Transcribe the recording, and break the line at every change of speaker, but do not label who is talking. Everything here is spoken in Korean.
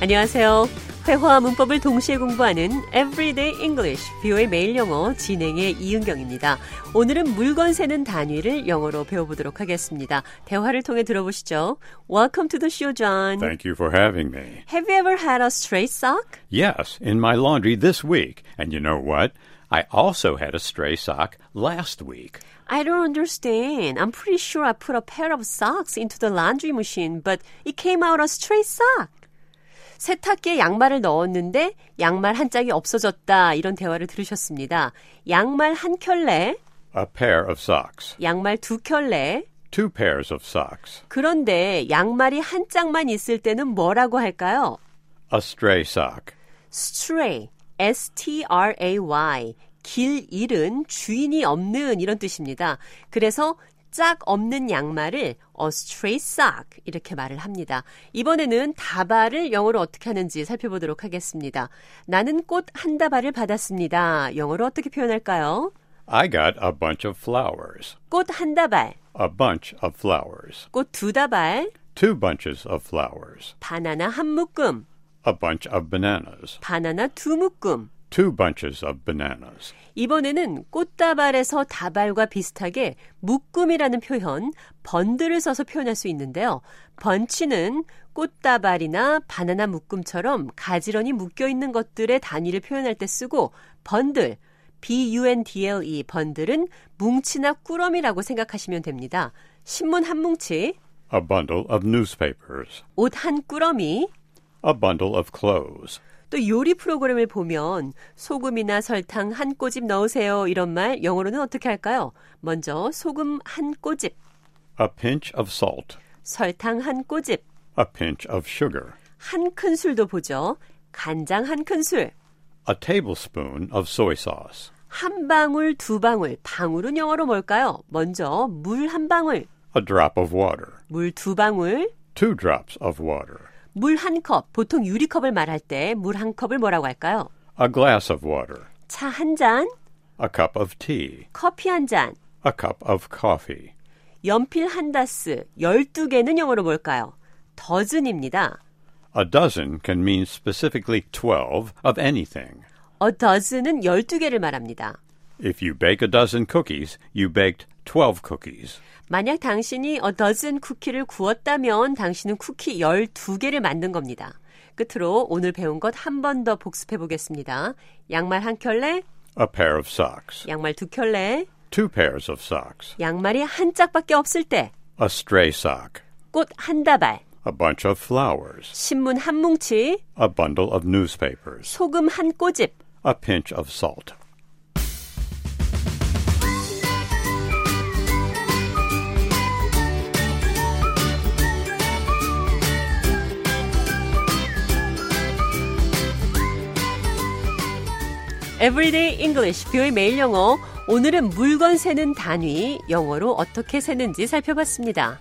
안녕하세요. 회화와 문법을 동시에 공부하는 Everyday English, 뷰의 매일 영어 진행의 이은경입니다. 오늘은 물건 세는 단위를 영어로 배워보도록 하겠습니다. 대화를 통해 들어보시죠. Welcome to the show, John.
Thank you for having me.
Have you ever had a stray sock?
Yes, in my laundry this week. And you know what? I also had a stray sock last week.
I don't understand. I'm pretty sure I put a pair of socks into the laundry machine, but it came out a stray sock. 세탁기에 양말을 넣었는데 양말 한 짝이 없어졌다. 이런 대화를 들으셨습니다. 양말 한 켤레,
A pair of socks.
양말 두 켤레.
Two pairs of socks.
그런데 양말이 한 짝만 있을 때는 뭐라고 할까요?
A stray sock.
stray, s-t-r-a-y. 길 잃은 주인이 없는 이런 뜻입니다. 그래서 짝 없는 양말을 a stray sock 이렇게 말을 합니다. 이번에는 다발을 영어로 어떻게 하는지 살펴보도록 하겠습니다. 나는 꽃 한 다발을 받았습니다. 영어로 어떻게 표현할까요?
I got a bunch of flowers.
꽃 한 다발,
A bunch of flowers.
꽃 두 다발,
Two bunches of flowers.
바나나 한 묶음,
A bunch of bananas.
바나나 두 묶음.
Two bunches of bananas.
이번에는 꽃다발에서 다발과 비슷하게 묶음이라는 표현, 번들을 써서 표현할 수 있는데요. 번치는 꽃다발이나 바나나 묶음처럼 가지런히 묶여 있는 것들의 단위를 표현할 때 쓰고 번들, B-U-N-D-L-E E, 번들은 뭉치나 꾸러미라고 생각하시면 됩니다. 신문 한 뭉치,
A bundle of newspapers.
옷 한 꾸러미,
A bundle of clothes.
또 요리 프로그램을 보면 소금이나 설탕 한 꼬집 넣으세요 이런 말 영어로는 어떻게 할까요? 먼저 소금 한 꼬집,
A pinch of salt.
설탕 한 꼬집,
A pinch of sugar.
한 큰술도 보죠. 간장 한 큰술,
A tablespoon of soy sauce.
한 방울 두 방울, 방울은 영어로 뭘까요? 먼저 물 한 방울,
A drop of water.
물 두 방울,
Two drops of water.
물 한 컵, 보통 유리컵을 말할 때 물 한 컵을 뭐라고 할까요?
A glass of water.
차 한 잔,
A cup of tea.
커피 한 잔,
A cup of coffee.
연필 한 다스, 12개는 영어로 뭘까요? 더즌입니다.
A dozen can mean specifically 12 of anything.
A dozen은 12개를 말합니다.
If you bake a dozen cookies, you baked 12 cookies.
만약 당신이 a dozen 쿠키를 구웠다면 당신은 쿠키 12개를 만든 겁니다. 끝으로 오늘 배운 것 한 번 더 복습해 보겠습니다. 양말 한 켤레,
A pair of socks.
양말 두 켤레,
Two pairs of socks.
양말이 한 짝밖에 없을 때,
A stray sock.
꽃 한 다발,
A bunch of flowers.
신문 한 뭉치,
A bundle of newspapers.
소금 한 꼬집,
A pinch of salt.
Everyday English, 뷰의 매일 영어. 오늘은 물건 세는 단위, 영어로 어떻게 세는지 살펴봤습니다.